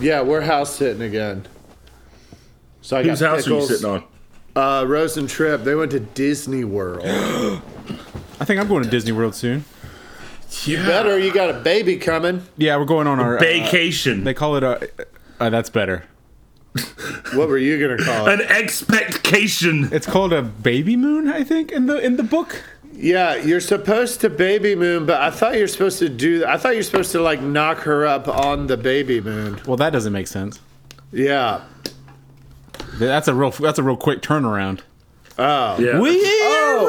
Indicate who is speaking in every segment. Speaker 1: yeah, we're house sitting again. So I
Speaker 2: Whose
Speaker 1: got
Speaker 2: house
Speaker 1: pickles.
Speaker 2: are you sitting on?
Speaker 1: Uh, Rose and Trip. They went to Disney World.
Speaker 3: I think I'm going to Disney World soon.
Speaker 2: You
Speaker 1: Better, you got a baby coming.
Speaker 3: Yeah, we're going on our uh,
Speaker 2: vacation.
Speaker 3: they call it a. Uh, that's better.
Speaker 1: What were you gonna call
Speaker 2: an
Speaker 1: it?
Speaker 2: expectation.
Speaker 3: It's called a baby moon, I think, in the in the book.
Speaker 1: Yeah, you're supposed to baby moon, but I thought you're supposed to do. I thought you're supposed to like knock her up on the baby moon.
Speaker 3: Well, that doesn't make sense.
Speaker 1: Yeah.
Speaker 3: That's a real that's a real quick turnaround.
Speaker 1: Oh.
Speaker 2: Yeah.
Speaker 3: We are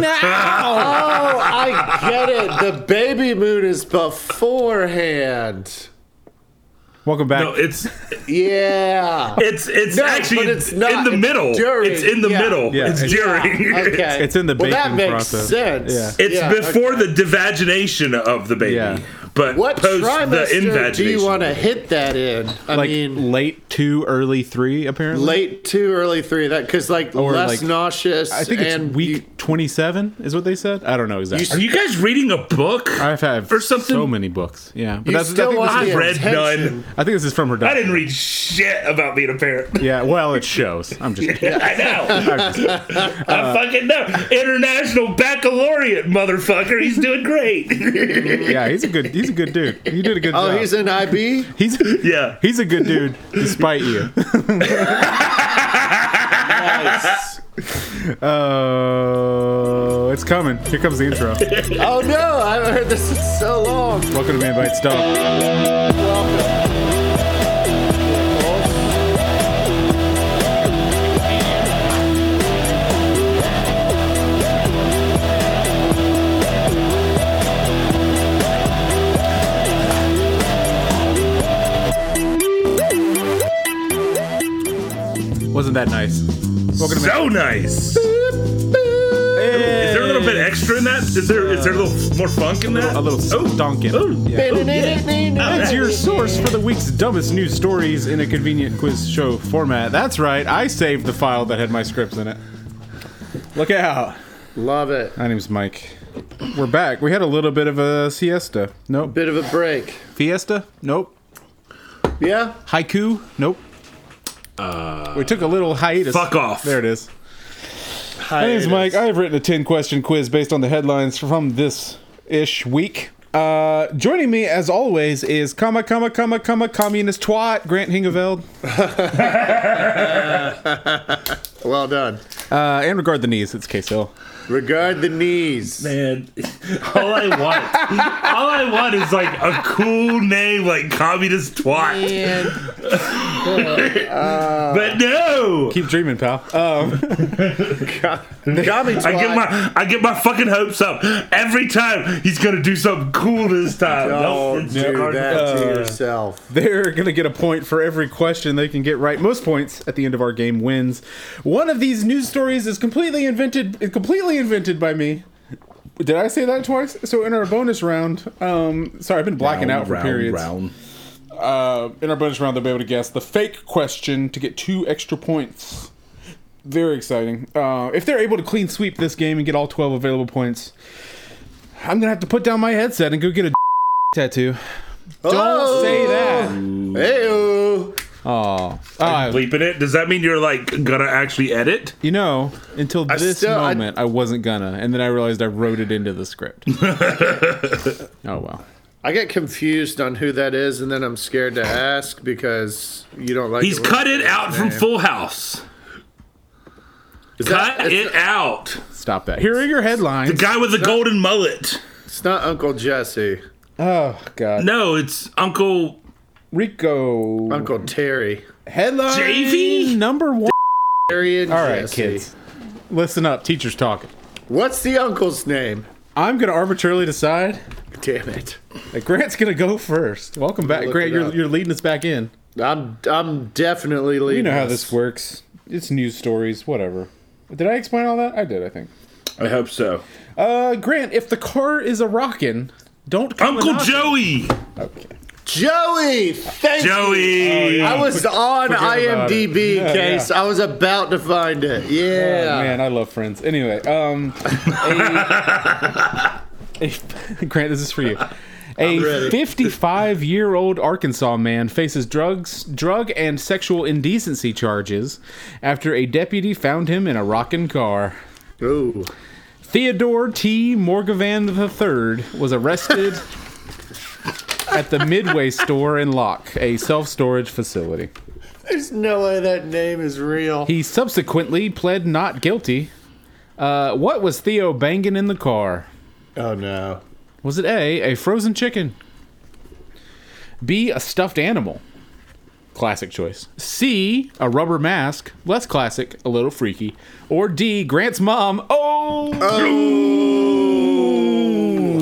Speaker 3: now.
Speaker 1: Oh, I get it. The baby moon is beforehand.
Speaker 3: Welcome back.
Speaker 2: no, it's
Speaker 1: Yeah.
Speaker 2: it's it's
Speaker 1: No,
Speaker 2: actually
Speaker 1: but it's not.
Speaker 2: in the
Speaker 1: It's
Speaker 2: middle.
Speaker 1: during.
Speaker 2: It's in the
Speaker 1: Yeah.
Speaker 2: middle.
Speaker 3: Yeah,
Speaker 2: It's
Speaker 3: it's-
Speaker 2: during.
Speaker 1: Okay.
Speaker 3: It's in the
Speaker 1: well, that
Speaker 3: baking
Speaker 1: makes
Speaker 3: process.
Speaker 1: sense.
Speaker 3: Yeah.
Speaker 2: It's
Speaker 1: Yeah,
Speaker 2: before
Speaker 1: okay.
Speaker 2: the divagination of the baby,
Speaker 3: Yeah.
Speaker 2: but
Speaker 1: What
Speaker 2: post the
Speaker 1: trimester do you
Speaker 2: invagination.
Speaker 1: want to hit that in? I
Speaker 3: like
Speaker 1: mean,
Speaker 3: late two, early three, apparently.
Speaker 1: late two, early three. That because like
Speaker 3: Or,
Speaker 1: less
Speaker 3: like-
Speaker 1: nauseous.
Speaker 3: I think it's
Speaker 1: and
Speaker 3: week
Speaker 1: you-
Speaker 3: 27 is what they said. I don't know exactly.
Speaker 2: Are you guys reading a book?
Speaker 3: I've had
Speaker 2: or something?
Speaker 3: so many books. Yeah, but
Speaker 1: you
Speaker 3: that's, I,
Speaker 1: still
Speaker 3: think this,
Speaker 1: want
Speaker 2: I've
Speaker 1: the
Speaker 2: read
Speaker 1: attention.
Speaker 2: none.
Speaker 3: I think this is from her.
Speaker 2: I didn't
Speaker 3: document.
Speaker 2: read shit about being a parent.
Speaker 3: Yeah, well, it shows. I'm just. kidding.
Speaker 2: I know. I fucking know. International baccalaureate, motherfucker. He's doing great.
Speaker 3: Yeah, he's a good. He's a good dude. You did a good
Speaker 1: Oh,
Speaker 3: job.
Speaker 1: he's an IB.
Speaker 3: he's
Speaker 2: Yeah.
Speaker 3: He's a good dude, despite you.
Speaker 1: Nice.
Speaker 3: Oh, it's coming. Here comes the intro.
Speaker 1: oh no, I haven't heard this in so long.
Speaker 3: Welcome to Man Bites Dog. Wasn't that nice? Welcome to Man.
Speaker 2: So nice. Is there a little bit extra in that? Is there is there a little more funk in that?
Speaker 3: a little
Speaker 2: oh,
Speaker 3: stonkin'.
Speaker 2: Oh,
Speaker 3: Yeah.
Speaker 2: oh, yeah.
Speaker 3: It's your source for the week's dumbest news stories in a convenient quiz show format. That's right, I saved the file that had my scripts in it. Look out.
Speaker 1: Love it.
Speaker 3: My name's Mike. We're back. We had a little bit of a siesta. Nope.
Speaker 1: Bit of a break.
Speaker 3: Fiesta? Nope.
Speaker 1: Yeah.
Speaker 3: Haiku? Nope. we took a little hiatus.
Speaker 2: Uh, Fuck off.
Speaker 3: There it is. My name's Mike. I have written a 10 question quiz based on the headlines from this ish week. Uh, joining me, as always, is comma, comma, comma, comma, communist twat, Grant Hingeveld.
Speaker 1: Well done.
Speaker 3: Uh, and regard the knees. It's K-Sill.
Speaker 1: Regard the knees.
Speaker 2: Man, all I want, all I want is like a cool name like communist twat. But no,
Speaker 3: Keep dreaming, pal. Um,
Speaker 1: Gummy
Speaker 2: I get my I get my fucking hopes up every time he's gonna do something cool this time. Nope,
Speaker 1: Don't
Speaker 2: it's
Speaker 1: do
Speaker 2: hard.
Speaker 1: that to yourself.
Speaker 3: they're going to get a point for every question they can get right. Most points at the end of our game wins. One of these news stories is completely invented, completely invented by me. Did I say that twice? So in our bonus round, um, sorry, I've been blacking out for periods. Uh, in our bonus round, they'll be able to guess the fake question to get two extra points. Very exciting. Uh, if they're able to clean sweep this game and get all 12 available points, I'm going to have to put down my headset and go get a tattoo. Don't
Speaker 1: Oh!
Speaker 3: say that.
Speaker 1: Hey,
Speaker 3: Oh.
Speaker 2: Bleeping it. Does that mean you're like gonna actually edit?
Speaker 3: you know, until this
Speaker 1: still- I-
Speaker 3: moment, I, wasn't going to. And then I realized I wrote it into the script. oh, well.
Speaker 1: I get confused on who that is, and then I'm scared to ask because you don't like.
Speaker 2: He's
Speaker 1: it when-
Speaker 2: cut it out from Full House.
Speaker 1: that-
Speaker 2: Cut it out.
Speaker 3: Stop that. Here are your headlines.
Speaker 2: Guy with the golden mullet.
Speaker 1: It's not Uncle Jesse,
Speaker 3: Oh, God.
Speaker 2: No, it's Uncle
Speaker 3: Rico.
Speaker 1: Uncle Terry.
Speaker 3: Headline
Speaker 2: JV?
Speaker 3: number one.
Speaker 1: Terry and
Speaker 3: All right,
Speaker 1: Jesse.
Speaker 3: kids. Listen up. Teacher's talking.
Speaker 1: What's the uncle's name?
Speaker 3: I'm going to arbitrarily decide
Speaker 1: Damn it!
Speaker 3: that Grant's going to go first. Welcome back.
Speaker 1: Look
Speaker 3: Grant,
Speaker 1: it
Speaker 3: you're,
Speaker 1: up.
Speaker 3: you're leading us back in.
Speaker 1: I'm I'm definitely leaving.
Speaker 3: You know how this works. It's news stories, whatever. Did I explain all that? I did, I think.
Speaker 2: I hope so.
Speaker 3: Uh, Grant, if the car is a rockin', don't come
Speaker 2: Uncle
Speaker 3: a-knockin'.
Speaker 2: Joey.
Speaker 3: Okay.
Speaker 1: Joey. Thank you.
Speaker 2: Joey. Oh,
Speaker 1: I was on
Speaker 3: about it.
Speaker 1: IMDb
Speaker 3: Yeah,
Speaker 1: case. I was about to find it.
Speaker 3: Oh,
Speaker 1: Yeah.
Speaker 3: man, I love Friends. Anyway, um, a- a- Grant, this is for you. A
Speaker 1: ready.
Speaker 3: 55 year old Arkansas man faces drugs, drug and sexual indecency charges after a deputy found him in a rockin' car.
Speaker 1: Ooh.
Speaker 3: Theodore T. Morgavan III was arrested at the Midway store in Locke, a self storage facility.
Speaker 1: There's no way that name is real.
Speaker 3: He subsequently pled not guilty. Uh, what was Theo banging in the car?
Speaker 1: Oh no.
Speaker 3: Was it A, a frozen chicken? B, a stuffed animal? Classic choice. C, a rubber mask? Less classic, a little freaky. Or D, Grant's mom? Oh!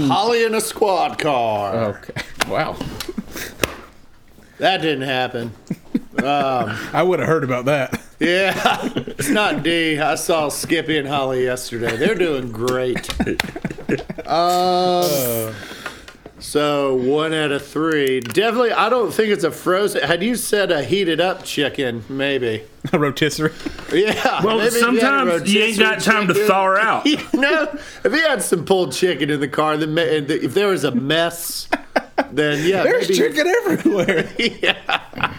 Speaker 1: Holly in a squad car.
Speaker 3: Okay. Wow.
Speaker 1: That didn't happen.
Speaker 3: I would have heard about that.
Speaker 1: Yeah, it's not D. I saw Skippy and Holly yesterday. They're doing great.
Speaker 2: Uh.
Speaker 1: Um, so one out of three. Definitely, I don't think it's a frozen. Had you said a heated up chicken? Maybe.
Speaker 3: A rotisserie.
Speaker 1: Yeah.
Speaker 2: Well,
Speaker 1: maybe if had a
Speaker 2: sometimes you ain't got
Speaker 1: rotisserie
Speaker 2: time to
Speaker 1: chicken.
Speaker 2: thaw her out.
Speaker 1: no, if he had some pulled chicken in the car, then ma- if there was a mess, then yeah,
Speaker 3: There's
Speaker 1: maybe-
Speaker 3: chicken everywhere.
Speaker 1: Yeah.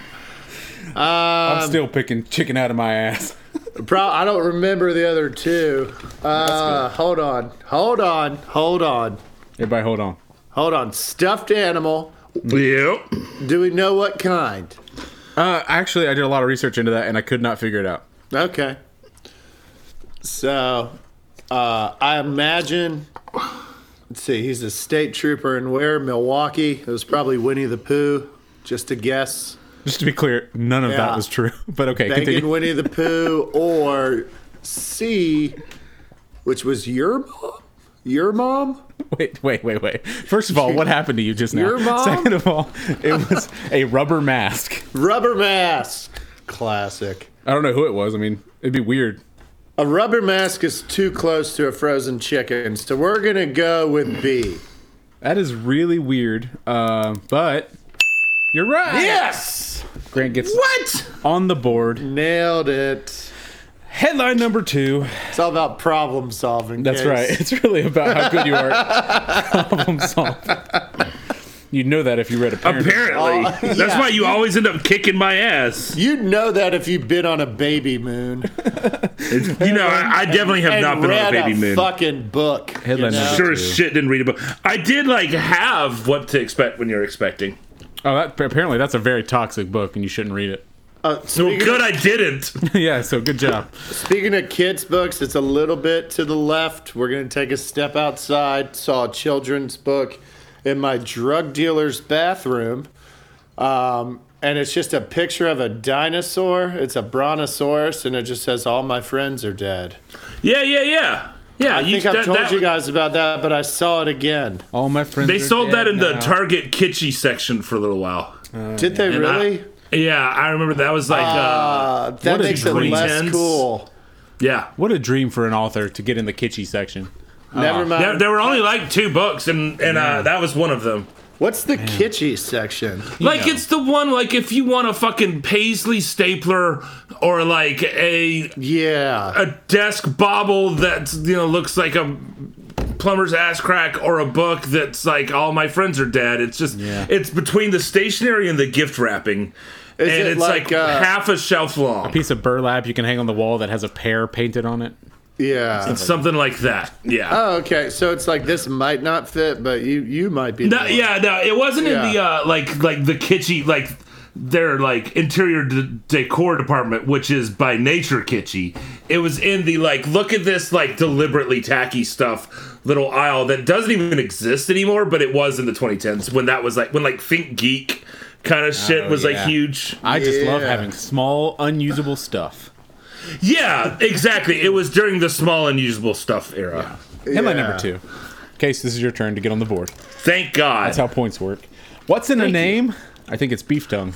Speaker 1: Um,
Speaker 3: I'm still picking chicken out of my ass.
Speaker 1: Pro- I don't remember the other two. Uh, hold on, hold on, hold on,
Speaker 3: Everybody, hold on.
Speaker 1: hold on. Stuffed animal.
Speaker 2: Yep.
Speaker 1: Do we know what kind?
Speaker 3: Uh, actually, I did a lot of research into that, and I could not figure it out.
Speaker 1: Okay. So, uh, I imagine. Let's see. He's a state trooper in where Milwaukee. It was probably Winnie the Pooh. Just a guess.
Speaker 3: Just to be clear, none of that
Speaker 1: Yeah.
Speaker 3: was true. But okay,
Speaker 1: Banging
Speaker 3: continue.
Speaker 1: Winnie the Pooh or C, which was your mom. Your mom.
Speaker 3: Wait, wait, wait, wait. First of all, what happened to you just now?
Speaker 1: Your mom?
Speaker 3: Second of all, it was a rubber mask.
Speaker 1: Rubber mask. Classic.
Speaker 3: I don't know who it was. I mean, it'd be weird.
Speaker 1: A rubber mask is too close to a frozen chicken, so we're gonna go with B.
Speaker 3: That is really weird. Uh, but you're right.
Speaker 1: Yes!
Speaker 3: Grant gets what on the board.
Speaker 1: Nailed it.
Speaker 3: Headline number two.
Speaker 1: It's all about problem solving.
Speaker 3: That's
Speaker 1: Case.
Speaker 3: right. It's really about how good you are at problem solving. You'd know that if you read a parent.
Speaker 2: Apparently.
Speaker 1: Oh,
Speaker 2: That's
Speaker 1: yeah.
Speaker 2: why you always end up kicking my ass.
Speaker 1: You'd know that if you been on a baby moon.
Speaker 2: You know, I, I definitely have
Speaker 1: and
Speaker 2: not been on
Speaker 1: read
Speaker 2: a baby moon.
Speaker 1: fucking book. you
Speaker 3: Headline
Speaker 1: know?
Speaker 3: number
Speaker 2: Sure as shit didn't read a book. I did like have what to expect when you're expecting.
Speaker 3: Oh, that, apparently that's a very toxic book, and you shouldn't read it.
Speaker 1: Uh,
Speaker 2: Well,
Speaker 1: speaking, of,
Speaker 2: good I didn't.
Speaker 3: yeah. So good job.
Speaker 1: speaking of kids' books, it's a little bit to the left. We're gonna take a step outside. Saw a children's book in my drug dealer's bathroom. Um, and it's just a picture of a dinosaur. It's a brontosaurus, and it just says, All my friends are dead.
Speaker 2: Yeah, yeah, yeah. Yeah,
Speaker 1: I think I've told you guys about that, but I saw it again.
Speaker 3: All my friends.
Speaker 2: They
Speaker 3: are
Speaker 2: sold that
Speaker 3: dead
Speaker 2: in the
Speaker 3: now.
Speaker 2: Target kitschy section for a little while.
Speaker 1: Did they
Speaker 2: And I-
Speaker 1: really?
Speaker 2: yeah, I remember that was like, uh,
Speaker 1: Uh, that
Speaker 3: what a
Speaker 1: makes it
Speaker 2: great
Speaker 1: less
Speaker 2: tense.
Speaker 1: cool.
Speaker 2: yeah.
Speaker 3: what a dream for an author to get in the kitschy section.
Speaker 1: Never mind.
Speaker 2: Ah. There, there were only like two books, and and uh, that was one of them.
Speaker 1: What's the kitschy section?
Speaker 2: Like
Speaker 3: know.
Speaker 2: it's the one like if you want a fucking paisley stapler or like a
Speaker 1: Yeah.
Speaker 2: a desk bobble that you know looks like a plumber's ass crack or a book that's like all my friends are dead. It's just it's between the stationery and the gift wrapping. and
Speaker 1: it
Speaker 2: it's like,
Speaker 1: like, uh,
Speaker 2: half a shelf long.
Speaker 3: Piece of burlap you can hang on the wall that has a pear painted on it.
Speaker 1: Yeah.
Speaker 2: Something like that. Yeah.
Speaker 1: Oh, okay. So it's like this might not fit, but you you might be. the
Speaker 2: No,
Speaker 1: one.
Speaker 2: yeah, no, it wasn't in the
Speaker 1: Yeah.
Speaker 2: uh, like like the kitschy like their like interior d- decor department, which is by nature kitschy. It was in the like look at this like deliberately tacky stuff little aisle that doesn't even exist anymore, but it was in the 2010s when that was like when like think geek kind of shit
Speaker 3: Oh,
Speaker 2: was
Speaker 3: yeah.
Speaker 2: like huge.
Speaker 3: I just love
Speaker 1: Yeah.
Speaker 3: having small, unusable stuff.
Speaker 2: Yeah, exactly. It was during the small unusable stuff era.
Speaker 3: Headline
Speaker 1: Yeah.
Speaker 3: number two. Case, this is your turn to get on the board.
Speaker 2: Thank God.
Speaker 3: That's how points work. What's in a name? I think it's beef tongue.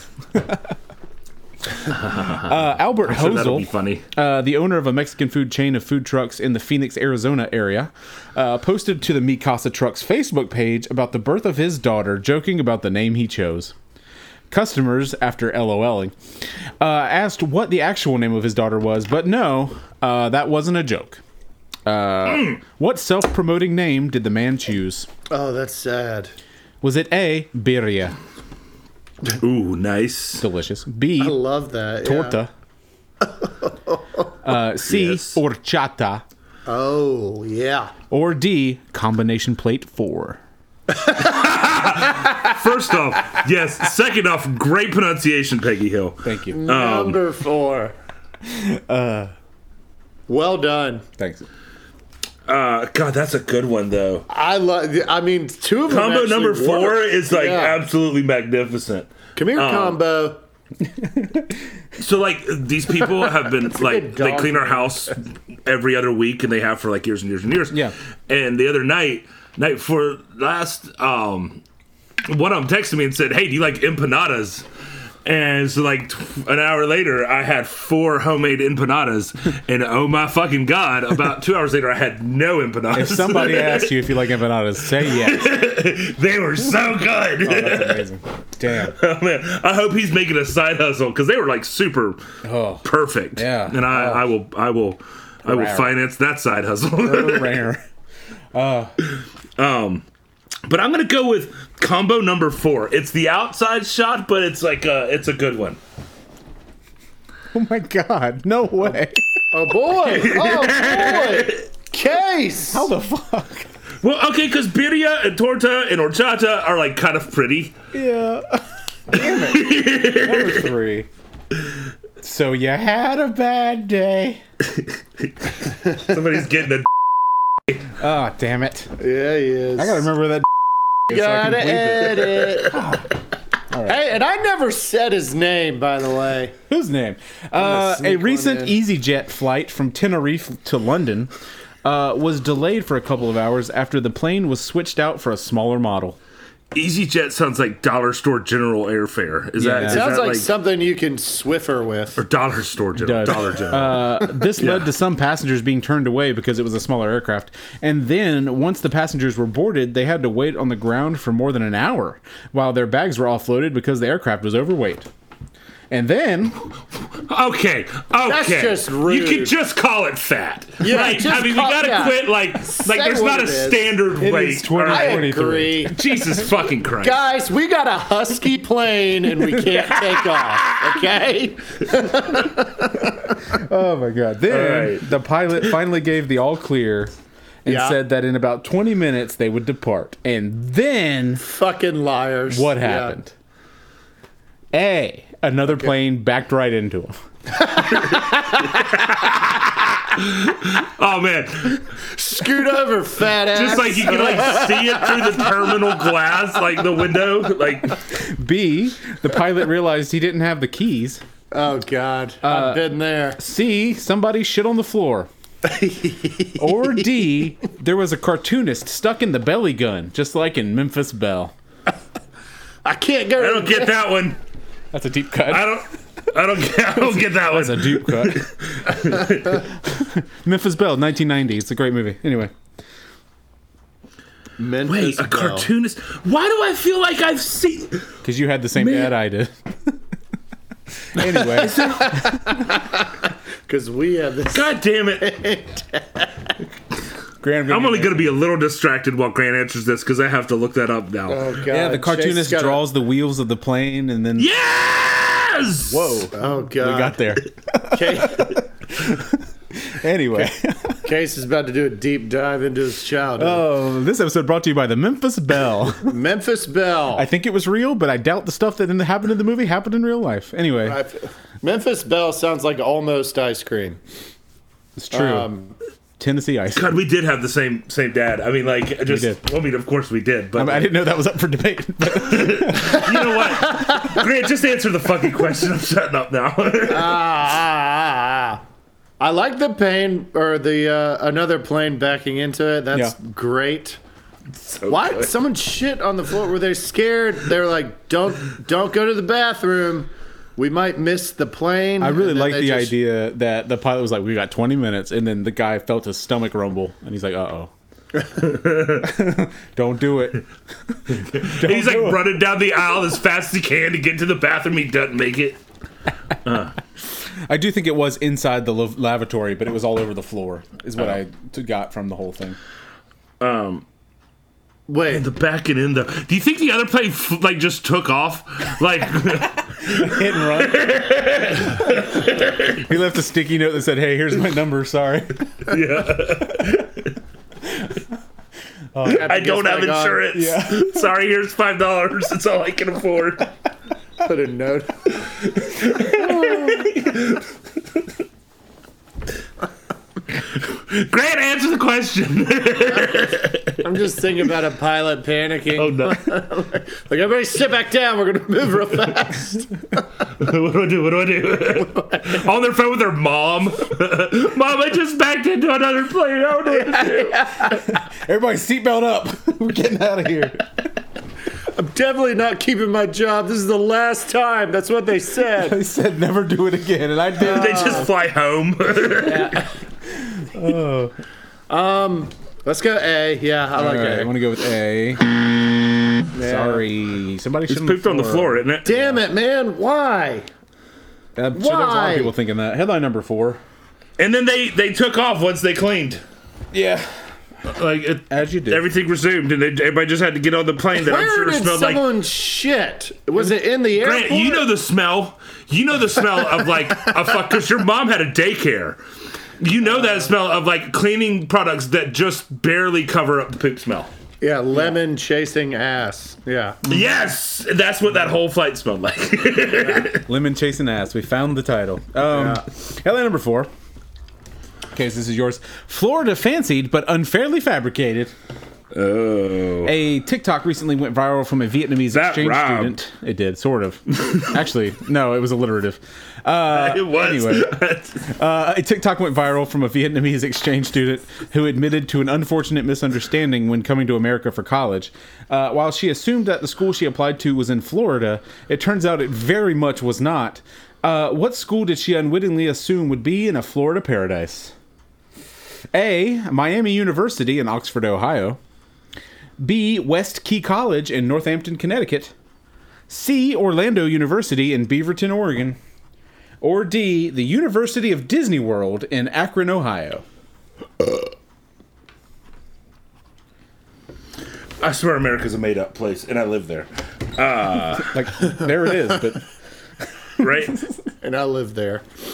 Speaker 3: uh, Albert
Speaker 2: So that'll be
Speaker 3: Hosel,
Speaker 2: funny.
Speaker 3: uh, the owner of a Mexican food chain of food trucks in the Phoenix, Arizona area, uh, posted to the Mikasa Trucks Facebook page about the birth of his daughter, joking about the name he chose. Customers, after LOLing, uh, asked what the actual name of his daughter was, but no, uh, that wasn't a joke.
Speaker 2: Mm.
Speaker 3: Uh, What self promoting name did the man choose?
Speaker 1: Oh, that's sad.
Speaker 3: Was it A, birria,
Speaker 2: Ooh, nice.
Speaker 3: delicious, B,
Speaker 1: I love that. yeah.
Speaker 3: torta, uh, C,
Speaker 2: Yes.
Speaker 3: horchata,
Speaker 1: Oh, yeah.
Speaker 3: or D, combination plate four?
Speaker 2: First off, yes. Second off, great pronunciation, Peggy Hill.
Speaker 3: Thank you.
Speaker 1: Mm.
Speaker 2: Um,
Speaker 1: Number four.
Speaker 3: Uh,
Speaker 1: well done.
Speaker 3: Thanks.
Speaker 2: Uh, God, that's a good one though.
Speaker 1: I love. I mean, two of them.
Speaker 2: Combo
Speaker 1: actually
Speaker 2: number four
Speaker 1: worked.
Speaker 2: is like um,
Speaker 1: Yeah.
Speaker 2: absolutely magnificent.
Speaker 1: come here, combo.
Speaker 2: So like these people have been like
Speaker 1: good dog
Speaker 2: they clean our house every other week and they have for like years and years and years.
Speaker 3: Yeah.
Speaker 2: And the other night, night before last, um, one of them texted me and said, "Hey, do you like empanadas?" And so like t- an hour later, I had four homemade empanadas, and oh my fucking god! About two hours later, I had no empanadas.
Speaker 3: If somebody asks you if you like empanadas, say yes.
Speaker 2: they were so good.
Speaker 3: That's amazing. Damn.
Speaker 2: Oh, man. I hope he's making a side hustle because they were like super
Speaker 3: Oh.
Speaker 2: perfect.
Speaker 3: Yeah. Oh.
Speaker 2: and I, I will, I will, I will
Speaker 3: Rare.
Speaker 2: finance that side hustle.
Speaker 3: Rare.
Speaker 2: um, but I'm gonna go with combo number four. It's the outside shot, but it's like a, it's a good one.
Speaker 3: Oh my god. No way.
Speaker 1: Oh boy. Oh boy. Case.
Speaker 3: How the fuck?
Speaker 2: Well, okay, because birria and torta and horchata are like kind of pretty.
Speaker 3: Yeah. Damn it. Number three. So you had a bad day.
Speaker 2: Somebody's getting a.
Speaker 3: Oh, damn it.
Speaker 1: yeah, he is.
Speaker 3: I gotta remember that.
Speaker 1: Gotta
Speaker 3: bleep it.
Speaker 1: edit. Hey, and I never said his name, by the way.
Speaker 3: Whose name? Uh,
Speaker 1: sneak
Speaker 3: a
Speaker 1: one
Speaker 3: recent
Speaker 1: in.
Speaker 3: EasyJet flight from Tenerife to London uh, was delayed for a couple of hours after the plane was switched out for a smaller model.
Speaker 2: EasyJet sounds like dollar store general airfare. Is that
Speaker 3: Yeah.
Speaker 2: is
Speaker 1: Sounds
Speaker 2: that
Speaker 1: like, something you can swiffer with.
Speaker 2: or dollar store general?
Speaker 3: Does.
Speaker 2: Dollar general.
Speaker 3: Uh, this led to some passengers being turned away because it was a smaller aircraft. And then, once the passengers were boarded, they had to wait on the ground for more than an hour while their bags were offloaded because the aircraft was overweight. And then,
Speaker 2: Okay, okay.
Speaker 1: just rude.
Speaker 2: You can just call it fat.
Speaker 1: Yeah,
Speaker 2: Like,
Speaker 1: just
Speaker 2: I mean,
Speaker 1: call-
Speaker 2: we gotta
Speaker 1: yeah.
Speaker 2: quit. Like, like there's
Speaker 1: what
Speaker 2: not a
Speaker 1: it is.
Speaker 2: standard weight.
Speaker 3: is 20.
Speaker 2: all
Speaker 1: I
Speaker 2: right?
Speaker 1: agree.
Speaker 2: Jesus fucking Christ.
Speaker 1: Guys, we got a husky plane and we can't take off. Okay?
Speaker 3: oh my god, then
Speaker 2: All right.
Speaker 3: the pilot finally gave the all clear and
Speaker 1: Yeah.
Speaker 3: said that in about 20 minutes they would depart. And then,
Speaker 1: Fucking liars.
Speaker 3: what
Speaker 1: Yeah.
Speaker 3: happened? A, another plane backed right into them.
Speaker 2: Oh man,
Speaker 1: Scoot over, fat ass.
Speaker 2: just like you can like see it through the terminal glass, like the window. Like,
Speaker 3: B, the pilot realized he didn't have the keys.
Speaker 1: oh god,
Speaker 3: Uh,
Speaker 1: I've been there.
Speaker 3: C, somebody shit on the floor. or D, there was a cartoonist stuck in the belly gun, just like in Memphis Belle.
Speaker 1: I can't go.
Speaker 2: I don't get that one.
Speaker 3: That's a deep cut.
Speaker 2: I don't. I don't get. I don't get that
Speaker 3: That's a
Speaker 2: one.
Speaker 3: deep cut. Memphis Belle, 1990. It's a great movie. Anyway,
Speaker 1: Memphis
Speaker 2: Wait, a
Speaker 1: Belle.
Speaker 2: cartoonist. Why do I feel like I've seen?
Speaker 3: because you had the same
Speaker 2: Man.
Speaker 3: dad I did. anyway,
Speaker 1: Because we have this.
Speaker 2: God damn it.
Speaker 3: Grand
Speaker 2: I'm only gonna be a little distracted while Grant answers this because I have to look that up now.
Speaker 1: Oh god.
Speaker 3: Yeah, the
Speaker 1: Chase
Speaker 3: cartoonist
Speaker 1: got a-
Speaker 3: draws the wheels of the plane and then
Speaker 2: Yes. Whoa.
Speaker 1: Oh god.
Speaker 3: we got there.
Speaker 1: Case,
Speaker 3: Anyway.
Speaker 1: Case is about to do a deep dive into his childhood.
Speaker 3: Oh, this episode brought to you by the Memphis Belle.
Speaker 1: Memphis Belle.
Speaker 3: I think it was real, but I doubt the stuff that in- happened in the movie happened in real life. Anyway,
Speaker 1: I- Memphis Belle sounds like almost ice cream.
Speaker 3: it's true.
Speaker 1: Um,
Speaker 3: Tennessee ice.
Speaker 2: God, we did have the same same dad. I mean, like, I just
Speaker 3: did.
Speaker 2: I mean, of course we did, but
Speaker 3: I, mean, I didn't know that was up for debate. But
Speaker 2: you know what? Grant, just answer the fucking question. I'm shutting up now.
Speaker 1: Ah, ah, ah, ah. I like the pain or the uh, another plane backing into it. That's
Speaker 3: Yeah.
Speaker 1: great.
Speaker 2: So
Speaker 1: Why
Speaker 2: good.
Speaker 1: someone shit on the floor? Were they scared? They were like, "Don't, don't go to the bathroom. We might miss the plane."
Speaker 3: I really like the idea that the pilot was like, "We got 20 minutes," and then the guy felt his stomach rumble, and he's like, "Uh oh." Don't do it.
Speaker 2: And he's like
Speaker 3: do it.
Speaker 2: running down the aisle as fast as he can to get to the bathroom. He doesn't make it.
Speaker 3: I do think it was inside the lav- lavatory, but it
Speaker 2: Oh.
Speaker 3: was all over the floor, is what I t- got from the whole thing.
Speaker 1: Wait,
Speaker 2: In the back and in the. Do you think the other plane f- like just took off? Like
Speaker 3: Hit and run. he left a sticky note that said, "Hey, here's my number. Sorry."
Speaker 2: I don't have insurance.
Speaker 3: Yeah.
Speaker 2: Sorry, here's five dollars. It's all I can afford.
Speaker 1: Put a note.
Speaker 2: Grant, answer the question.
Speaker 1: I'm just thinking about a pilot panicking.
Speaker 3: Oh,
Speaker 2: no.
Speaker 1: Like everybody, sit back down. We're gonna move real fast.
Speaker 2: what do I do? What do I do? On their phone with their mom. mom, I just backed into another plane. I don't know what to do.
Speaker 3: Everybody, seatbelt up. We're getting out of here.
Speaker 1: I'm definitely not keeping my job. This is the last time. That's what they said.
Speaker 3: They said never do it again, and I did.
Speaker 2: They just fly home.
Speaker 1: Let's go A. Yeah, I like
Speaker 3: All right,
Speaker 1: A.
Speaker 3: I want to go with A. Sorry, somebody should
Speaker 2: It's pooped on the floor, isn't it?
Speaker 1: Damn it, man. Why?
Speaker 3: I'm sure there's a lot
Speaker 1: Why?
Speaker 3: of people thinking that. Headline number four.
Speaker 2: And then they they took off once they cleaned.
Speaker 3: Yeah,
Speaker 2: Like it,
Speaker 3: as you do.
Speaker 2: everything resumed, and they, everybody just had to get on the plane. That I'm
Speaker 1: Where
Speaker 2: sure
Speaker 1: did
Speaker 2: smelled like
Speaker 1: someone shit? Was it in the airport?
Speaker 2: Grant, you know the smell. You know the smell of like a fuck because your mom had a daycare. You know that smell of like cleaning products that just barely cover up the poop smell.
Speaker 1: yeah, lemon chasing ass. Yeah.
Speaker 2: Yes, that's what that whole flight smelled like.
Speaker 3: Lemon chasing ass. We found the title. Um, Headline number four. Okay, so this is yours. Florida fancied but unfairly fabricated.
Speaker 2: oh,
Speaker 3: A TikTok recently went viral from a Vietnamese
Speaker 2: That
Speaker 3: exchange
Speaker 2: rhymed.
Speaker 3: student. It did, sort of. Actually, no, it was alliterative. Uh,
Speaker 2: it was.
Speaker 3: Anyway, uh, a TikTok went viral from a Vietnamese exchange student who admitted to an unfortunate misunderstanding when coming to America for college. Uh, while she assumed that the school she applied to was in Florida, it turns out it very much was not. Uh, what school did she unwittingly assume would be in a Florida paradise? A. Miami University in Oxford, Ohio. B. West Key College in Northampton, Connecticut. C. Orlando University in Beaverton, Oregon. Or D. The University of Disney World in Akron, Ohio.
Speaker 2: I swear, America's a made-up place, and I live there. Uh,
Speaker 3: Like, there it is, but
Speaker 2: Right?
Speaker 1: And I live there.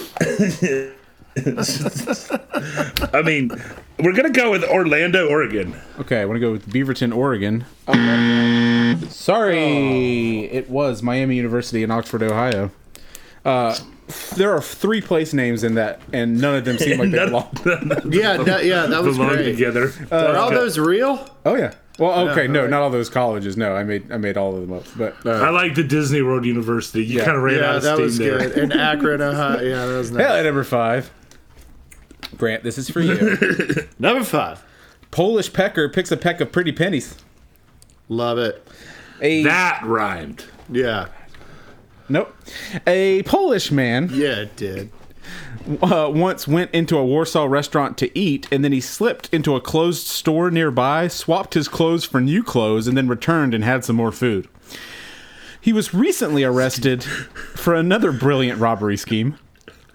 Speaker 2: I mean, we're gonna go with Orlando, Oregon.
Speaker 3: okay, I want to go with Beaverton, Oregon. Sorry, it was Miami University in Oxford, Ohio. Uh, there are three place names in that, and none of them seem like they
Speaker 2: None-
Speaker 3: belong.
Speaker 1: Yeah, that, yeah, that was
Speaker 2: belong
Speaker 1: great.
Speaker 2: together.
Speaker 1: Are all those real?
Speaker 3: Oh yeah. Well, okay, no, not all those colleges. No, I made I made all of them up, but uh,
Speaker 2: I like the Disney World University. You
Speaker 3: Yeah.
Speaker 2: kind of ran out
Speaker 1: Yeah,
Speaker 2: of
Speaker 1: that
Speaker 2: steam
Speaker 1: was
Speaker 2: there.
Speaker 1: good. And Akron, Ohio. Yeah, that was nice.
Speaker 3: Headline number five. Grant, this is for you.
Speaker 1: Number five.
Speaker 3: Polish pecker picks a peck of pretty pennies.
Speaker 1: Love it.
Speaker 3: A
Speaker 2: That rhymed.
Speaker 1: Yeah.
Speaker 3: nope. A Polish man
Speaker 1: Yeah, it did.
Speaker 3: uh, once went into a Warsaw restaurant to eat, and then he slipped into a closed store nearby, swapped his clothes for new clothes, and then returned and had some more food. He was recently arrested for another brilliant robbery scheme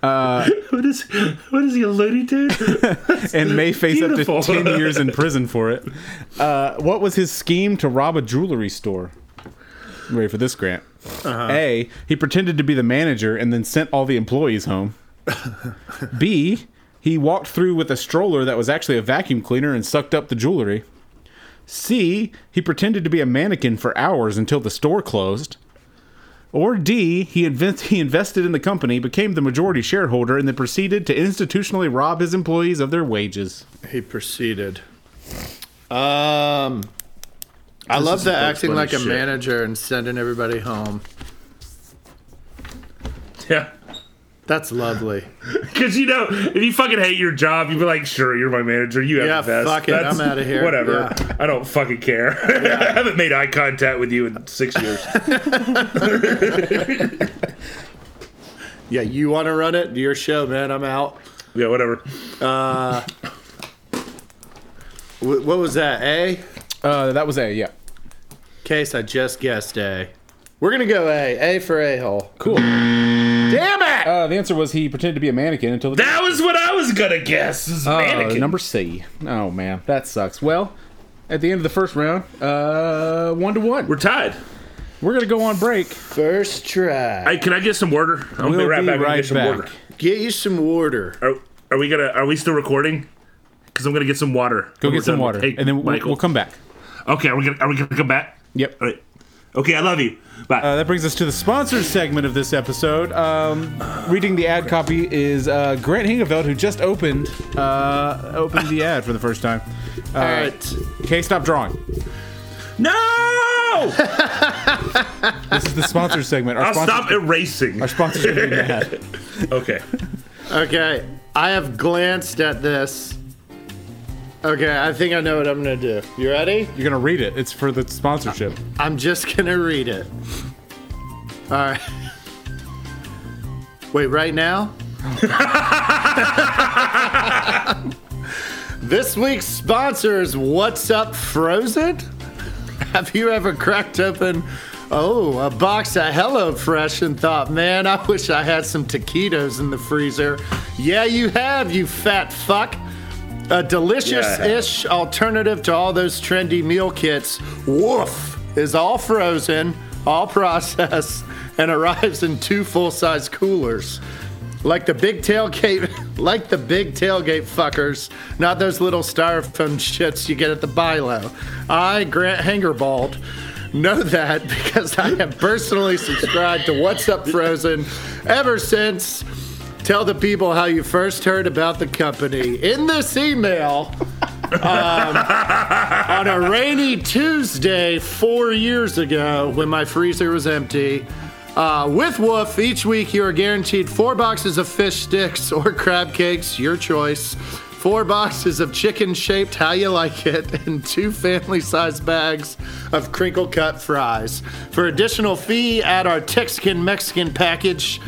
Speaker 2: What is what is he alluding to?
Speaker 3: and may face
Speaker 2: Beautiful.
Speaker 3: up to 10 years in prison for it. Uh, what was his scheme to rob a jewelry store? Ready for this, Grant? A. He pretended to be the manager and then sent all the employees home. B. He walked through with a stroller that was actually a vacuum cleaner and sucked up the jewelry. C. He pretended to be a mannequin for hours until the store closed. Or D, he, invent- he invested in the company, became the majority shareholder, and then proceeded to institutionally rob his employees of their wages.
Speaker 1: He proceeded. Um, I love
Speaker 2: is
Speaker 1: the
Speaker 2: some Bugs
Speaker 1: acting
Speaker 2: Bunny
Speaker 1: like a
Speaker 2: shit.
Speaker 1: manager and sending everybody home.
Speaker 2: yeah.
Speaker 1: That's lovely.
Speaker 2: Because you know, if you fucking hate your job, you'd be like, "Sure, you're my manager. You have
Speaker 1: Yeah,
Speaker 2: the best.
Speaker 1: fuck it, I'm outta here.
Speaker 2: Whatever.
Speaker 1: Yeah.
Speaker 2: I don't fucking care. I haven't made eye contact with you in six years.
Speaker 1: Yeah, you want to run it? Your show, man. I'm out.
Speaker 2: yeah, whatever.
Speaker 1: Wh- What was that? A
Speaker 3: Uh, that was A, yeah.
Speaker 1: case. I just guessed A. We're gonna go A. A for a hole.
Speaker 3: Cool.
Speaker 1: Damn it!
Speaker 3: Uh, the answer was he pretended to be a mannequin until the.
Speaker 2: That was what I was gonna guess. Is
Speaker 3: Uh,
Speaker 2: mannequin.
Speaker 3: number C. Oh, man. That sucks. Well, at the end of the first round, uh, one to one.
Speaker 2: We're tied.
Speaker 3: We're gonna go on break.
Speaker 1: First try.
Speaker 2: Hey, can I get some water? I'll
Speaker 3: We'll
Speaker 2: be right
Speaker 3: be
Speaker 2: back. I'm gonna
Speaker 3: right
Speaker 2: get some
Speaker 3: back.
Speaker 2: water.
Speaker 1: Get you some water.
Speaker 2: Are, are we gonna? Are we still recording? Because I'm gonna get some water.
Speaker 3: Go
Speaker 2: when we're
Speaker 3: get some
Speaker 2: done with
Speaker 3: water,
Speaker 2: Hey,
Speaker 3: and then we'll,
Speaker 2: Michael.
Speaker 3: we'll come back.
Speaker 2: Okay, are we gonna? Are we gonna come back?
Speaker 3: Yep.
Speaker 2: All right. Okay, I love you. Bye.
Speaker 3: Uh, that brings us to the sponsors segment of this episode. Um, reading the ad copy is uh, Grant Hingeveld, who just opened uh, opened the ad for the first time.
Speaker 1: All right.
Speaker 3: Okay, stop drawing.
Speaker 2: no! I'll
Speaker 3: This is the sponsors segment. Our sponsor,
Speaker 2: stop erasing.
Speaker 3: Our sponsors are doing the ad.
Speaker 2: Okay.
Speaker 1: Okay. I have glanced at this. Okay, I think I know what I'm gonna do. You ready?
Speaker 3: You're gonna read it. It's for the sponsorship.
Speaker 1: I'm just gonna read it. All right. Wait, right now? this week's sponsor is What's Up Frozen? Have you ever cracked open, oh, a box of HelloFresh and thought, man, I wish I had some taquitos in the freezer? Yeah, you have, you fat fuck. A delicious ish alternative to all those trendy meal kits. Woof is all frozen, all processed, and arrives in two full size coolers. Like the big tailgate, like the big tailgate fuckers, not those little styrofoam shits you get at the Bilo. I, Grant Hangerbald, know that because I have personally subscribed to What's Up Frozen ever since. Tell the people how you first heard about the company in this email. on a rainy Tuesday four years ago when my freezer was empty. Uh, with Woof, each week you are guaranteed four boxes of fish sticks or crab cakes, your choice, four boxes of chicken shaped how you like it, and two family sized bags of crinkle cut fries. For additional fee, add our Texican Mexican package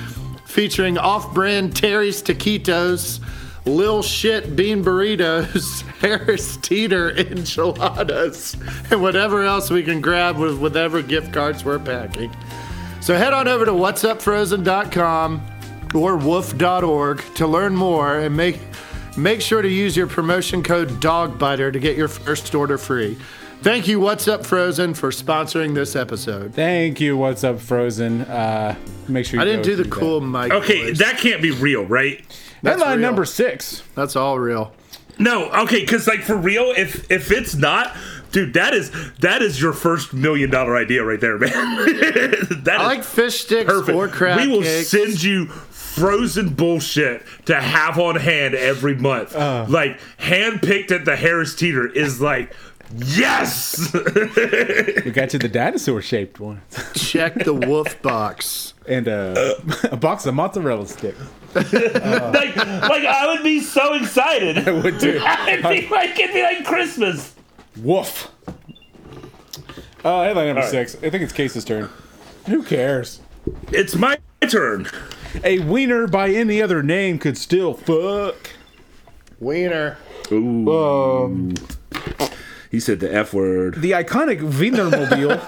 Speaker 1: featuring off brand Terry's Taquitos. Lil Shit Bean Burritos, Harris Teeter Enchiladas, and whatever else we can grab with whatever gift cards we're packing. So head on over to whatsupfrozen.com or woof.org to learn more and make make sure to use your promotion code DOGBITER to get your first order free. Thank you, What's Up Frozen, for sponsoring this episode.
Speaker 3: Thank you. What's up, Frozen? Uh, make sure you
Speaker 1: I didn't
Speaker 3: go
Speaker 1: do the
Speaker 3: that.
Speaker 1: cool mic.
Speaker 2: Okay,
Speaker 1: voice.
Speaker 2: that can't be real, right?
Speaker 3: Headline
Speaker 1: real.
Speaker 3: number six.
Speaker 1: that's all real.
Speaker 2: No, okay, because like for real, if if it's not, dude, that is that is your first million dollar idea right there, man. that
Speaker 1: I
Speaker 2: is
Speaker 1: like fish sticks
Speaker 2: perfect.
Speaker 1: or crab
Speaker 2: we will
Speaker 1: cakes.
Speaker 2: send you frozen bullshit to have on hand every month.
Speaker 1: Uh.
Speaker 2: like hand picked at the Harris Teeter is like. Yes,
Speaker 3: We got you the dinosaur shaped one
Speaker 1: check the wolf box.
Speaker 3: and uh, a box of mozzarella sticks.
Speaker 2: like, like I would be so excited.
Speaker 3: Would do.
Speaker 2: I'd be like, it'd be like Christmas.
Speaker 3: Woof. Uh, headline number
Speaker 2: right.
Speaker 3: six. I think it's Case's turn. Who cares?
Speaker 2: It's my turn.
Speaker 3: A wiener by any other name could still fuck.
Speaker 1: Wiener. Um.
Speaker 2: He said the F word.
Speaker 3: The iconic Wienermobile.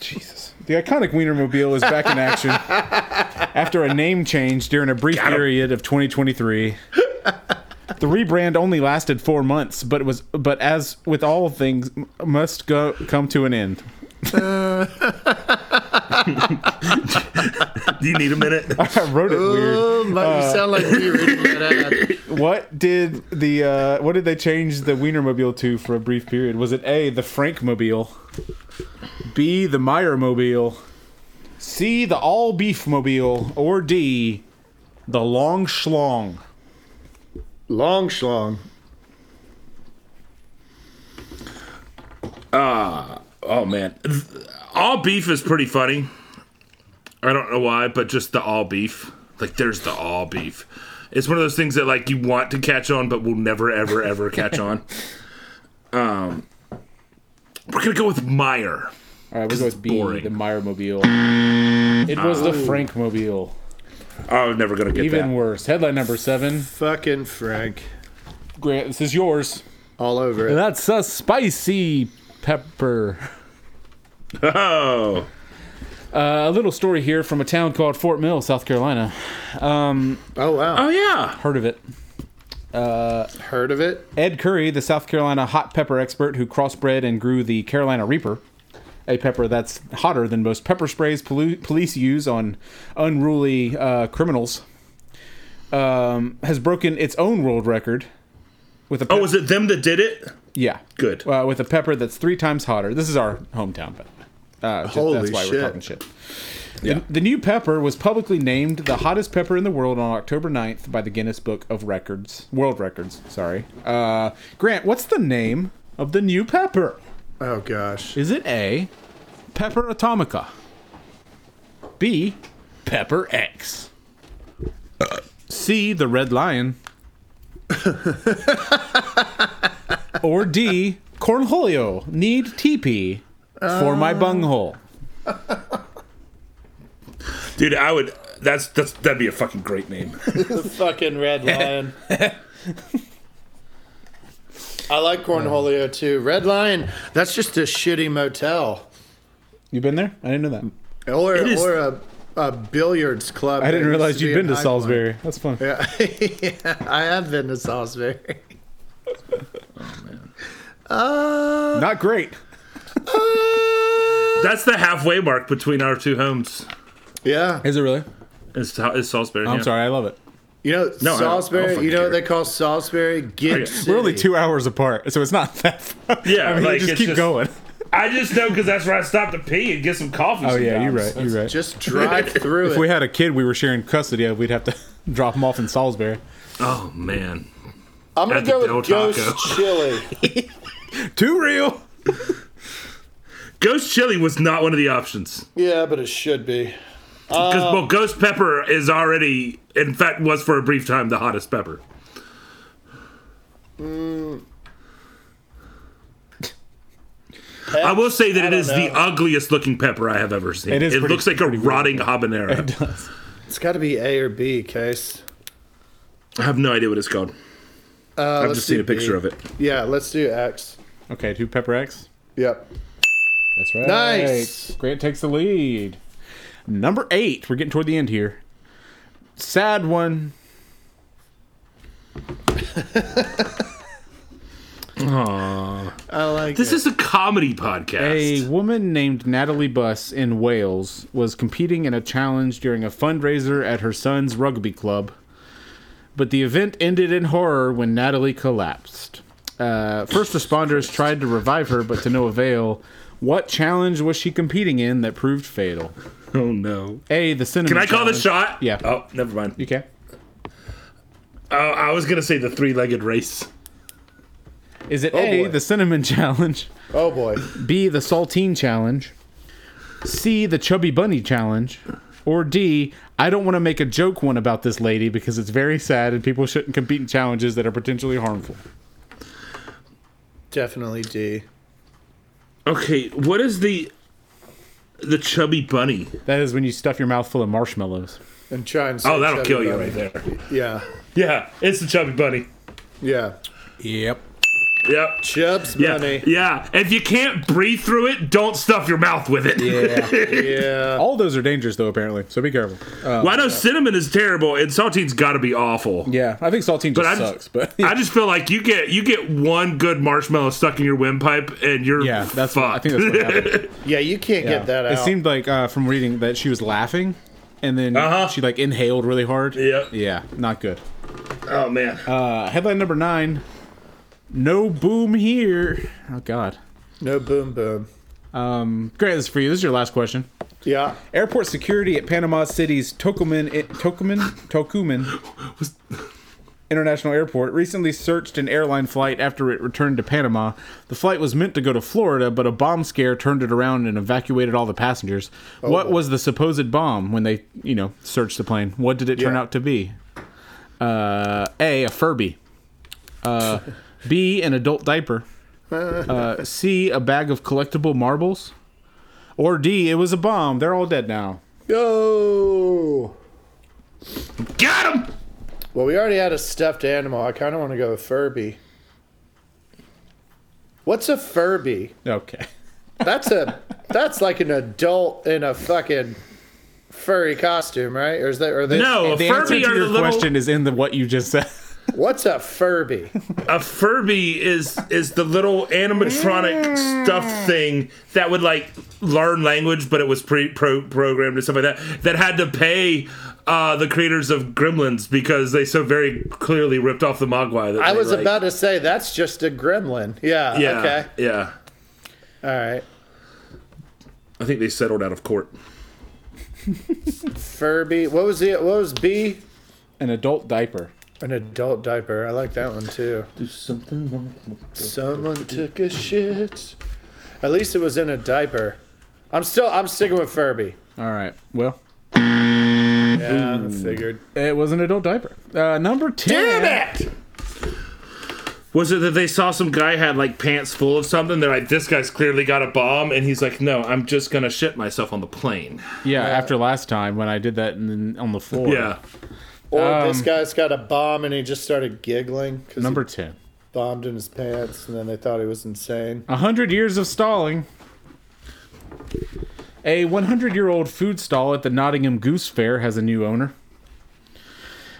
Speaker 3: Jesus. The iconic Wienermobile is back in action after a name change during a brief period of 2023. The rebrand only lasted four months, but was but as with all things, m- must go come to an end.
Speaker 2: Do you need a minute?
Speaker 3: I wrote it weird.
Speaker 1: Oh, might you sound like me reading that ad.
Speaker 3: What did the uh, what did they change the Wienermobile to for a brief period? Was it A the Frankmobile, B the Meyermobile, C the All Beef Mobile, or D the Long Schlong?
Speaker 1: Long schlong.
Speaker 2: Oh man, all beef is pretty funny. I don't know why, but just the all beef. Like there's the all beef. It's one of those things that like you want to catch on, but will never ever ever catch on. Um, we're gonna go with Meyer.
Speaker 3: All right, we'll go with B
Speaker 2: boring.
Speaker 3: the Meyermobile. It was the Frankmobile.
Speaker 2: Oh, never gonna get
Speaker 3: Even
Speaker 2: that.
Speaker 3: worse. Headline number seven.
Speaker 1: Fucking Frank.
Speaker 3: Grant, this is yours.
Speaker 1: All over it.
Speaker 3: That's a spicy pepper.
Speaker 2: Oh,
Speaker 3: Uh, a little story here from a town called Fort Mill, South Carolina.
Speaker 1: Oh, wow.
Speaker 2: oh yeah.
Speaker 3: Heard of it?
Speaker 1: Heard of it?
Speaker 3: Ed Curry, the South Carolina hot pepper expert who crossbred and grew the Carolina Reaper, a pepper that's hotter than most pepper sprays polu- police use on unruly uh, criminals, um, has broken its own world record with a pep-
Speaker 2: Oh, was it them that did it?
Speaker 3: yeah
Speaker 2: Good.
Speaker 3: uh, with a pepper that's three times hotter. This is our hometown, but uh, just-
Speaker 1: Holy
Speaker 3: that's why
Speaker 1: shit.
Speaker 3: we're talking shit. The, the new pepper was publicly named the hottest pepper in the world on October 9th by the Guinness Book of Records, World Records. Sorry, uh, Grant. What's the name of the new pepper?
Speaker 1: Oh gosh.
Speaker 3: Is it A, Pepper Atomica? B, Pepper X? C, the Red Lion? or D, Cornholio, need TP for my
Speaker 2: Uh.
Speaker 3: bunghole?
Speaker 2: Dude, I would. That's that's that'd be a fucking great name.
Speaker 1: The fucking red lion. I like Cornholio too. Red Lion, that's just a shitty motel.
Speaker 3: You been there? I didn't know that.
Speaker 1: Or,
Speaker 2: is-
Speaker 1: or a, a billiards club.
Speaker 3: I didn't
Speaker 1: that
Speaker 3: realize
Speaker 1: used
Speaker 3: you'd
Speaker 1: be
Speaker 3: been
Speaker 1: an
Speaker 3: to
Speaker 1: icon.
Speaker 3: Salisbury. That's fun.
Speaker 1: Yeah. Yeah, I have been to Salisbury. Oh, man. Uh,
Speaker 3: Not great.
Speaker 2: That's the halfway mark between our two homes.
Speaker 1: yeah.
Speaker 3: Is it really?
Speaker 2: Is, Sa- is Salisbury?
Speaker 3: I'm
Speaker 2: yeah.
Speaker 3: sorry. I love it.
Speaker 1: You know,
Speaker 2: No, I don't- I don't
Speaker 1: Salisbury,
Speaker 2: fucking
Speaker 1: you know what
Speaker 2: care.
Speaker 1: they call Salisbury? Gig City.
Speaker 3: We're only two hours apart, so it's not that far.
Speaker 2: Yeah,
Speaker 3: I mean,
Speaker 2: like,
Speaker 3: just
Speaker 2: it's
Speaker 3: keep
Speaker 2: just-
Speaker 3: going.
Speaker 2: I just know because that's where I stopped to pee and get some coffee.
Speaker 3: Oh yeah, you're right.
Speaker 2: sometimes.
Speaker 3: You're right.
Speaker 1: Just drive through
Speaker 3: If we
Speaker 1: it.
Speaker 3: had a kid we were sharing custody of, we'd have to drop him off in Salisbury.
Speaker 2: Oh man,
Speaker 1: I'm going
Speaker 2: at
Speaker 1: to
Speaker 2: the
Speaker 1: go
Speaker 2: Del
Speaker 1: with Ghost
Speaker 2: Taco.
Speaker 1: Chili.
Speaker 3: Too real.
Speaker 2: ghost chili was not one of the options
Speaker 1: Yeah, but it should be.
Speaker 2: because well, ghost pepper is already, in fact, was for a brief time the hottest pepper. Mm. I will say that it
Speaker 1: don't
Speaker 2: is the
Speaker 1: know.
Speaker 2: ugliest looking pepper I have ever seen.
Speaker 3: It is
Speaker 2: It
Speaker 3: pretty-
Speaker 2: looks like a rotting habanero.
Speaker 1: It's got to be A or B, Case.
Speaker 2: I have no idea what it's called.
Speaker 1: Uh,
Speaker 2: I've just seen a picture of it.
Speaker 1: Yeah, let's do X.
Speaker 3: Okay, two pepper X.
Speaker 1: Yep.
Speaker 3: That's right.
Speaker 1: Nice.
Speaker 3: Grant takes the lead. Number eight. We're getting toward the end here. Sad one.
Speaker 1: I like
Speaker 2: This
Speaker 1: it.
Speaker 2: is a comedy podcast.
Speaker 3: A woman named Natalie Buss in Wales was competing in a challenge during a fundraiser at her son's rugby club, but the event ended in horror when Natalie collapsed. Uh, first responders tried to revive her, but to no avail. What challenge was she competing in that proved fatal?
Speaker 2: Oh no!
Speaker 3: A. The cinnamon.
Speaker 2: Can I call the
Speaker 3: challenge.
Speaker 2: shot?
Speaker 3: Yeah.
Speaker 2: Oh, never mind.
Speaker 3: You can.
Speaker 2: Oh, I was gonna say the three-legged race.
Speaker 3: Is it
Speaker 1: Oh,
Speaker 3: A,
Speaker 1: boy.
Speaker 3: the cinnamon challenge?
Speaker 1: oh boy.
Speaker 3: B, the saltine challenge? C, the chubby bunny challenge? Or D, I don't want to make a joke one about this lady because it's very sad and people shouldn't compete in challenges that are potentially harmful.
Speaker 1: Definitely D.
Speaker 2: Okay, what is the the chubby bunny?
Speaker 3: That is when you stuff your mouth full of marshmallows.
Speaker 1: And try and.
Speaker 2: Oh, that'll
Speaker 1: search
Speaker 2: kill you right
Speaker 1: everybody.
Speaker 2: there.
Speaker 1: Yeah.
Speaker 2: Yeah, it's the chubby bunny.
Speaker 1: Yeah.
Speaker 3: Yep.
Speaker 2: Yep.
Speaker 1: Chubb's
Speaker 2: Yeah.
Speaker 1: money.
Speaker 2: Yeah. If you can't breathe through it, don't stuff your mouth with it.
Speaker 3: Yeah.
Speaker 1: Yeah.
Speaker 3: All those are dangerous though, apparently, so be careful.
Speaker 2: well, I know cinnamon is terrible, and saltine's got to be awful.
Speaker 3: Yeah, I think saltine just
Speaker 2: I'm-
Speaker 3: sucks, but
Speaker 2: I just feel like you get you get one good marshmallow stuck in your windpipe, and you're
Speaker 3: yeah, that's what, I
Speaker 2: fucked.
Speaker 3: think that's what happened.
Speaker 1: Yeah, you can't
Speaker 3: Yeah.
Speaker 1: get that out.
Speaker 3: It seemed like uh, from reading that she was laughing, and then
Speaker 2: Uh-huh.
Speaker 3: she like inhaled really hard.
Speaker 2: Yeah.
Speaker 3: Yeah, not good.
Speaker 2: oh man.
Speaker 3: Uh, headline number nine. No boom here. Oh God.
Speaker 1: no boom boom.
Speaker 3: Um, Grant, this is for you. This is your last question.
Speaker 1: Yeah.
Speaker 3: Airport security at Panama City's Tocumen Tocumen Tocumen International Airport recently searched an airline flight after it returned to Panama. The flight was meant to go to Florida, but a bomb scare turned it around and evacuated all the passengers. what
Speaker 1: Oh, boy.
Speaker 3: was the supposed bomb when they, you know, searched the plane? What did it turn
Speaker 1: Yeah.
Speaker 3: out to be? Uh, a, a Furby. Uh, B, an adult diaper. Uh, C, a bag of collectible marbles. Or D, it was a bomb. They're all dead now.
Speaker 1: Yo.
Speaker 2: Got him.
Speaker 1: Well, we already had a stuffed animal. I kind of want to go with Furby. What's a Furby?
Speaker 3: Okay.
Speaker 1: That's a that's like an adult in a fucking furry costume, right? Or is that or they
Speaker 2: No, a
Speaker 3: the answer
Speaker 2: Furby
Speaker 3: to
Speaker 2: are
Speaker 3: your
Speaker 2: the little.
Speaker 3: question is in the what you just said.
Speaker 1: What's a Furby?
Speaker 2: a Furby is is the little animatronic stuffed thing that would like learn language, but it was pre pro- programmed and stuff like that. That had to pay uh, the creators of Gremlins because they so very clearly ripped off the Mogwai. That
Speaker 1: I
Speaker 2: they,
Speaker 1: was
Speaker 2: like-
Speaker 1: about to say that's just a gremlin. Yeah.
Speaker 2: yeah,
Speaker 1: Okay.
Speaker 2: yeah.
Speaker 1: All right.
Speaker 2: I think they settled out of court.
Speaker 1: Furby. What was the? What was B?
Speaker 3: An adult diaper.
Speaker 1: An adult diaper. I like that one too.
Speaker 2: Do something.
Speaker 1: Someone took a shit. At least it was in a diaper. I'm still. I'm sticking with Furby.
Speaker 3: All right. Well,
Speaker 1: Yeah, I figured.
Speaker 3: it was an adult diaper. Uh, number 10.
Speaker 1: it!
Speaker 2: Was it that they saw some guy had like pants full of something? They're like, this guy's clearly got a bomb, and he's like, no, I'm just gonna shit myself on the plane.
Speaker 3: Yeah, after last time when I did that and then on the floor.
Speaker 2: Yeah.
Speaker 1: Or this guy's got a bomb and he just started giggling because
Speaker 3: Number
Speaker 1: he
Speaker 3: 10.
Speaker 1: bombed in his pants and then they thought he was insane.
Speaker 3: A hundred years of stalling. A 100 year old food stall at the Nottingham Goose Fair has a new owner.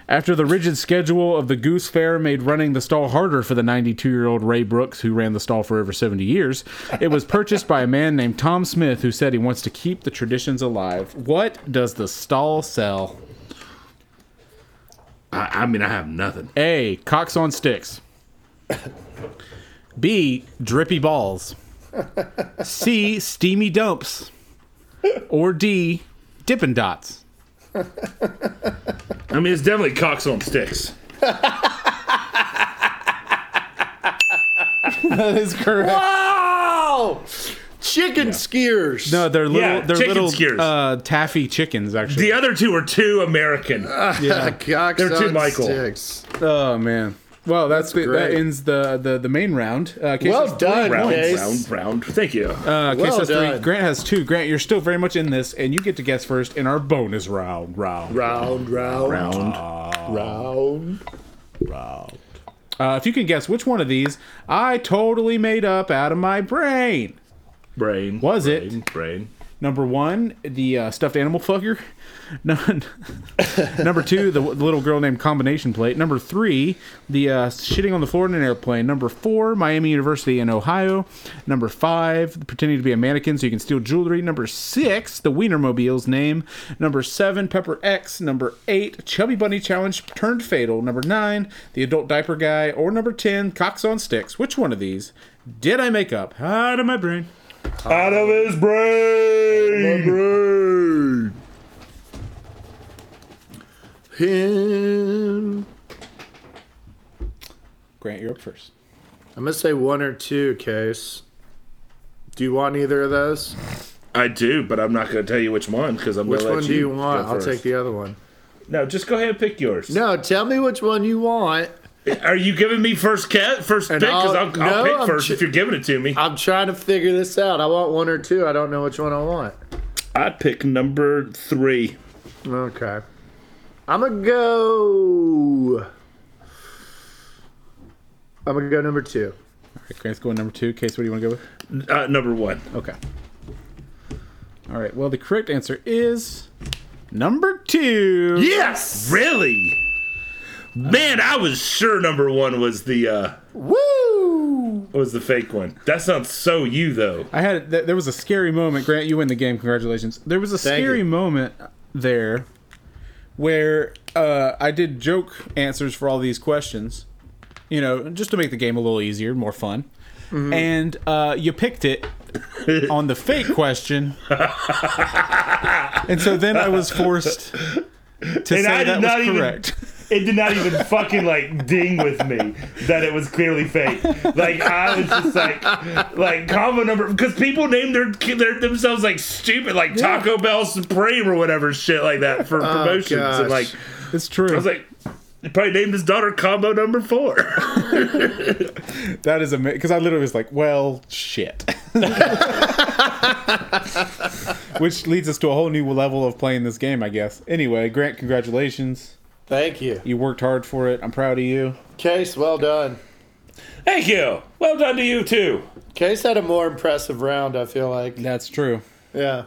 Speaker 3: After the rigid schedule of the Goose Fair made running the stall harder for the 92 year old Ray Brooks, who ran the stall for over 70 years, it was purchased by a man named Tom Smith, who said he wants to keep the traditions alive. What does the stall sell?
Speaker 2: I, I mean, I have nothing.
Speaker 3: A. Cocks on sticks. B. Drippy balls. C. Steamy dumps. Or D. Dippin' dots.
Speaker 2: I mean, it's definitely cocks on sticks.
Speaker 3: That is correct.
Speaker 1: Wow! Chicken skewers.
Speaker 3: No, they're little.
Speaker 2: Yeah,
Speaker 3: they're
Speaker 2: chicken
Speaker 3: little
Speaker 2: skewers.
Speaker 3: uh, taffy chickens, actually.
Speaker 2: The other two are too American.
Speaker 1: yeah. cocks
Speaker 2: They're too
Speaker 1: on
Speaker 2: Michael.
Speaker 1: sticks.
Speaker 3: oh man. Well, that's, the, that
Speaker 1: great.
Speaker 3: ends the the, the main round. Uh, Case
Speaker 1: Well
Speaker 3: has
Speaker 1: done,
Speaker 2: round,
Speaker 1: Case.
Speaker 2: round, round. Thank you.
Speaker 3: Uh, Case
Speaker 1: Well
Speaker 3: has three.
Speaker 1: done.
Speaker 3: Grant has two. Grant, you're still very much in this, and you get to guess first in our bonus round. Round.
Speaker 1: Round, round,
Speaker 2: round.
Speaker 1: round.
Speaker 3: Uh, if you can guess which one of these I totally made up out of my brain.
Speaker 2: Brain.
Speaker 3: Was it?
Speaker 2: brain, Brain.
Speaker 3: Number one, the uh, stuffed animal fucker. Num- Number two, the w- little girl named Combination Plate. Number three, the uh, shitting on the floor in an airplane. Number four, Miami University in Ohio. Number five, pretending to be a mannequin so you can steal jewelry. Number six, the Wienermobile's name. Number seven, Pepper X. Number eight, Chubby Bunny Challenge turned fatal. Number nine, the adult diaper guy. Or number ten, Cox on Sticks. Which one of these did I make up out of my brain?
Speaker 2: Out of his brain.
Speaker 1: Brain. Him.
Speaker 3: Grant, you're up first.
Speaker 1: I'm gonna say one or two, Case. Do you want either of those?
Speaker 2: I do, but I'm not going to tell you which one because I'm going
Speaker 1: Which
Speaker 2: to let
Speaker 1: one do you
Speaker 2: go
Speaker 1: want? I'll
Speaker 2: first.
Speaker 1: take the other one.
Speaker 2: No, just go ahead and pick yours.
Speaker 1: No, tell me which one you want.
Speaker 2: Are you giving me first cat first pick? Because
Speaker 1: I'll-
Speaker 2: I'll,
Speaker 1: no,
Speaker 2: I'll, pick
Speaker 1: I'm
Speaker 2: first
Speaker 1: ch-
Speaker 2: if you're giving it to me.
Speaker 1: I'm trying to figure this out. I want one or two. I don't know which one I want.
Speaker 2: I pick number three.
Speaker 1: Okay. I'm gonna go. I'm gonna go number two.
Speaker 3: Okay, Grant's going number two. Case, what do you want to go with?
Speaker 2: Uh, number one.
Speaker 3: Okay. All right. Well, the correct answer is number two.
Speaker 1: Yes.
Speaker 2: Really? Man, I was sure number one was the uh,
Speaker 1: Woo!
Speaker 2: was the fake one. That sounds so you though.
Speaker 3: I had th- there was a scary moment. Grant, you win the game. Congratulations. There was a scary
Speaker 1: you.
Speaker 3: moment there where uh, I did joke answers for all these questions. You know, just to make the game a little easier, more fun.
Speaker 2: Mm-hmm.
Speaker 3: And uh, you picked it on the fake question, and so then I was forced to say
Speaker 2: I did
Speaker 3: that
Speaker 2: not
Speaker 3: was
Speaker 2: even-
Speaker 3: correct.
Speaker 2: It did not even fucking like ding with me that it was clearly fake. Like I was just like, like combo number because people name their, their themselves like stupid, like Taco Bell Supreme or whatever shit like that for promotions.
Speaker 1: gosh.
Speaker 2: And like
Speaker 3: It's true.
Speaker 2: I was like, he probably named his daughter combo number four.
Speaker 3: That is amazing. Because I literally was like, well, shit. Which leads us to a whole new level of playing this game, I guess. Anyway, Grant, congratulations.
Speaker 1: Thank you,
Speaker 3: You worked hard for it. I'm proud of you.
Speaker 1: Case. Well done.
Speaker 2: Thank you. Well done to you too.
Speaker 1: Case had a more impressive round. I feel like.
Speaker 3: That's true.
Speaker 1: Yeah.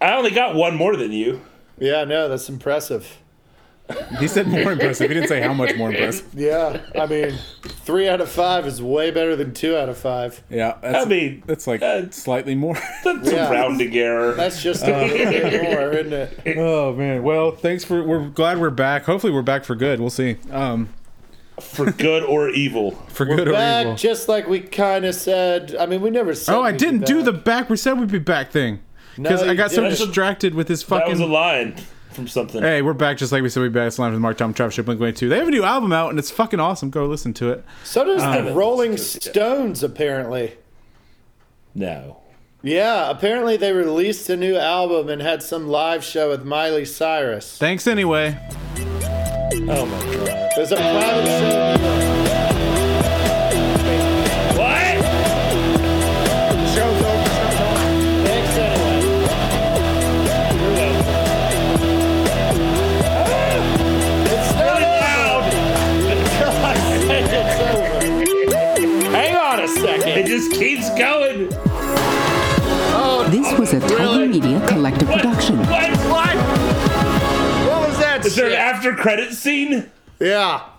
Speaker 2: I only got one more than you.
Speaker 1: Yeah. No, that's impressive.
Speaker 3: He said more impressive. He didn't say how much more impressive.
Speaker 1: Yeah, I mean, three out of five is way better than two out of five.
Speaker 3: Yeah, that's,
Speaker 2: I mean,
Speaker 3: that's like
Speaker 2: uh,
Speaker 3: slightly more.
Speaker 2: That's
Speaker 1: Yeah.
Speaker 2: a rounding error.
Speaker 1: That's just a little bit more, isn't it?
Speaker 3: oh man. Well, thanks for. We're glad we're back. Hopefully, we're back for good. We'll see. Um,
Speaker 2: for good or evil.
Speaker 3: for good or evil.
Speaker 1: Back, just like we kind of said. I mean, we never said.
Speaker 3: Oh, I
Speaker 1: we'd
Speaker 3: didn't
Speaker 1: be
Speaker 3: do
Speaker 1: back.
Speaker 3: the back. We said we'd be back thing because
Speaker 1: No,
Speaker 3: I
Speaker 1: you
Speaker 3: got so
Speaker 1: didn't.
Speaker 3: distracted with this
Speaker 2: That was a
Speaker 3: fucking.
Speaker 2: line from something.
Speaker 3: Hey, we're back just like we said we'd be back. It's live with Mark Tom Trap Ship Blink 2. They have a new album out and it's fucking awesome. Go listen to it.
Speaker 1: So does the
Speaker 2: Um,
Speaker 1: Rolling
Speaker 2: that's good, yeah.
Speaker 1: Stones, apparently.
Speaker 2: No.
Speaker 1: Yeah, apparently they released a new album and had some live show with Miley Cyrus.
Speaker 3: Thanks anyway.
Speaker 2: Oh my god.
Speaker 1: There's a private show.
Speaker 2: What?
Speaker 1: Show's over. show's over. Thanks anyway.
Speaker 2: You're welcome.
Speaker 1: It's not It's over. Hang on a second.
Speaker 2: It just keeps going.
Speaker 4: This was a Tiger Media collective production.
Speaker 2: What? What?
Speaker 1: What was that
Speaker 2: Is there an
Speaker 1: shit?
Speaker 2: after credit scene?
Speaker 1: Yeah.